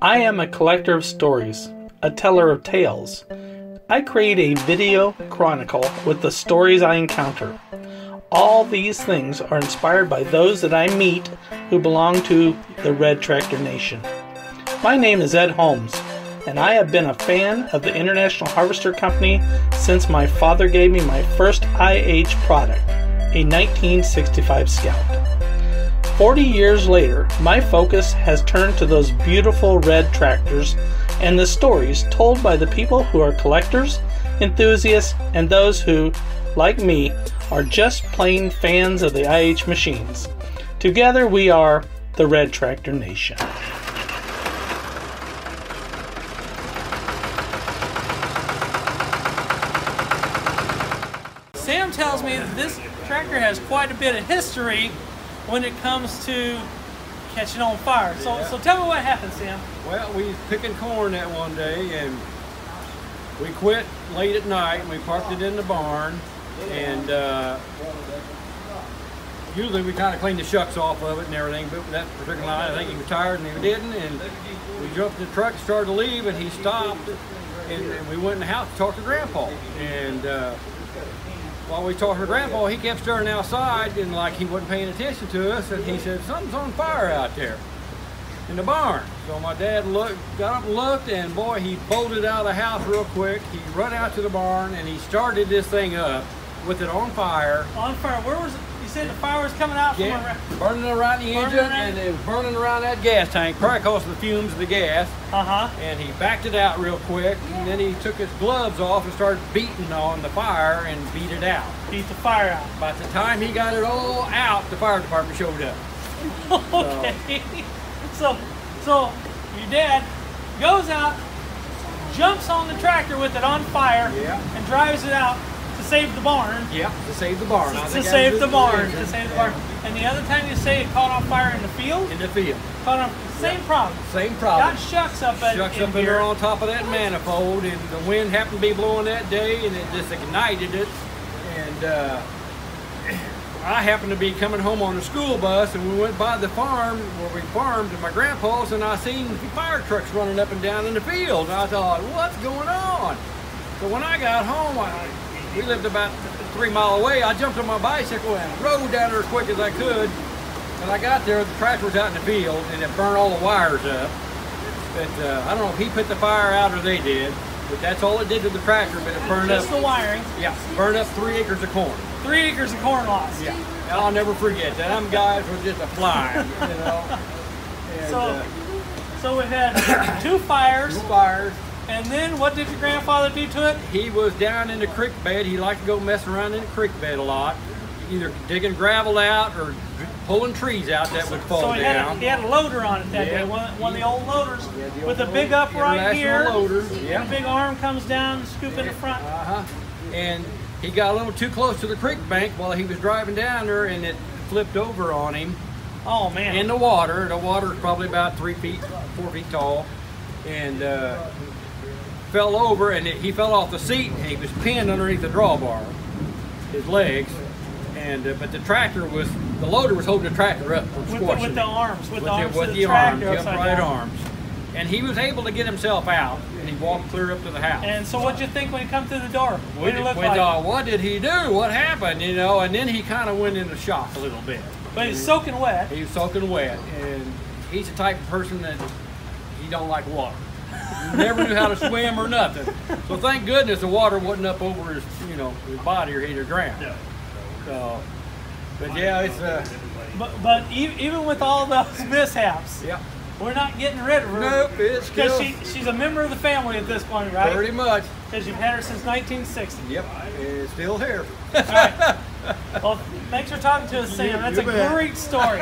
I am a collector of stories, a teller of tales. I create a video chronicle with the stories I encounter. All these things are inspired by those that I meet who belong to the Red Tractor Nation. My name is Ed Holmes, and I have been a fan of the International Harvester Company since my father gave me my first IH product, a 1965 Scout. 40 years later, my focus has turned to those beautiful red tractors and the stories told by the people who are collectors, enthusiasts, and those who, like me, are just plain fans of the IH machines. Together we are the Red Tractor Nation. Sam tells me that this tractor has quite a bit of history when it comes to catching on fire. So, so tell me what happened, Sam. Well, we was picking corn that one day and we quit late at night and we parked it in the barn and uh, usually we kind of clean the shucks off of it and everything but that particular night I think he was tired and he didn't and we jumped in the truck started to leave and he stopped and, and we went in the house to talk to grandpa and uh, while we talked to grandpa he kept staring outside and like he wasn't paying attention to us and he said something's on fire out there in the barn. So my dad looked, got up and looked, and boy, he bolted out of the house real quick. He run out to the barn and he started this thing up with it on fire. On fire. Where was it? You said the fire was coming out from Yeah, around. burning around the Burning engine around- and it was burning around that gas tank, probably because of the fumes of the gas. Uh huh. And he backed it out real quick, and then he took his gloves off and started beating on the fire and beat it out. Beat the fire out. By the time he got it all out, the fire department showed up. Okay. So, so your dad goes out, jumps on the tractor with it on fire, Yeah. and drives it out to save the barn. Yep, to save the barn. I To think I save did the barn. engine. To save the barn. And the other time you say it caught on fire in the field, In the field, caught on same problem. same problem. Got shucks up at Shucks in up in here. there on top of that manifold, and the wind happened to be blowing that day, and it just ignited it. And uh, I happened to be coming home on the school bus, and we went by the farm where we farmed, and my grandpa's, and I seen fire trucks running up and down in the field. And I thought, what's going on? So when I got home, I, we lived about three mile away. I jumped on my bicycle and rode down there as quick as I could. When I got there, the tractor was out in the field, and it burned all the wires up. But uh, I don't know if he put the fire out or they did, but that's all it did to the tractor, but it burned Just the up. wiring. Yeah, burned up three acres of corn. Three acres of corn lost. Yeah, and I'll never forget that. Them guys were just a fly, you know. And, So, uh, so we had two fires, two fires. and then what did your grandfather do to it? He was down in the creek bed. He liked to go mess around in the creek bed a lot, either digging gravel out or pulling trees out that would fall So he had, a, down. he had a loader on it that Yeah. day, one, one of the old loaders Yeah, the with a old big upright here. international loader. Yeah. The big arm comes down, scoop in the front. Uh-huh. And he got a little too close to the creek bank while he was driving down there, and it flipped over on him. Oh man. in the water. The water is probably about three feet, four feet tall, and uh, fell over. And it, he fell off the seat. And he was pinned underneath the drawbar, his legs. And uh, but the tractor was the loader was holding the tractor up from with, the, squashing with the it. arms, with, the arms with of the, the arms, tractor the upside upright down. arms. And he was able to get himself out, and he walked clear up to the house. And so what'd you think when he come through the door? we What did it look we like? thought, what did he do? What happened? You know, and then he kind of went into shock a little bit. But he's soaking wet. He was soaking wet, and he's the type of person that he don't like water. Never knew how to swim or nothing. So thank goodness the water wasn't up over his, you know, his body or he'd have drowned. So, but yeah, it's uh, But, but e- even with all those mishaps, yeah, we're not getting rid of her. nope, it's Because still she, she's a member of the family at this point, right? pretty much. Because you've had her since 1960. Yep, it's still here. Well, thanks for talking to us, Sam. That's you a bet. great story.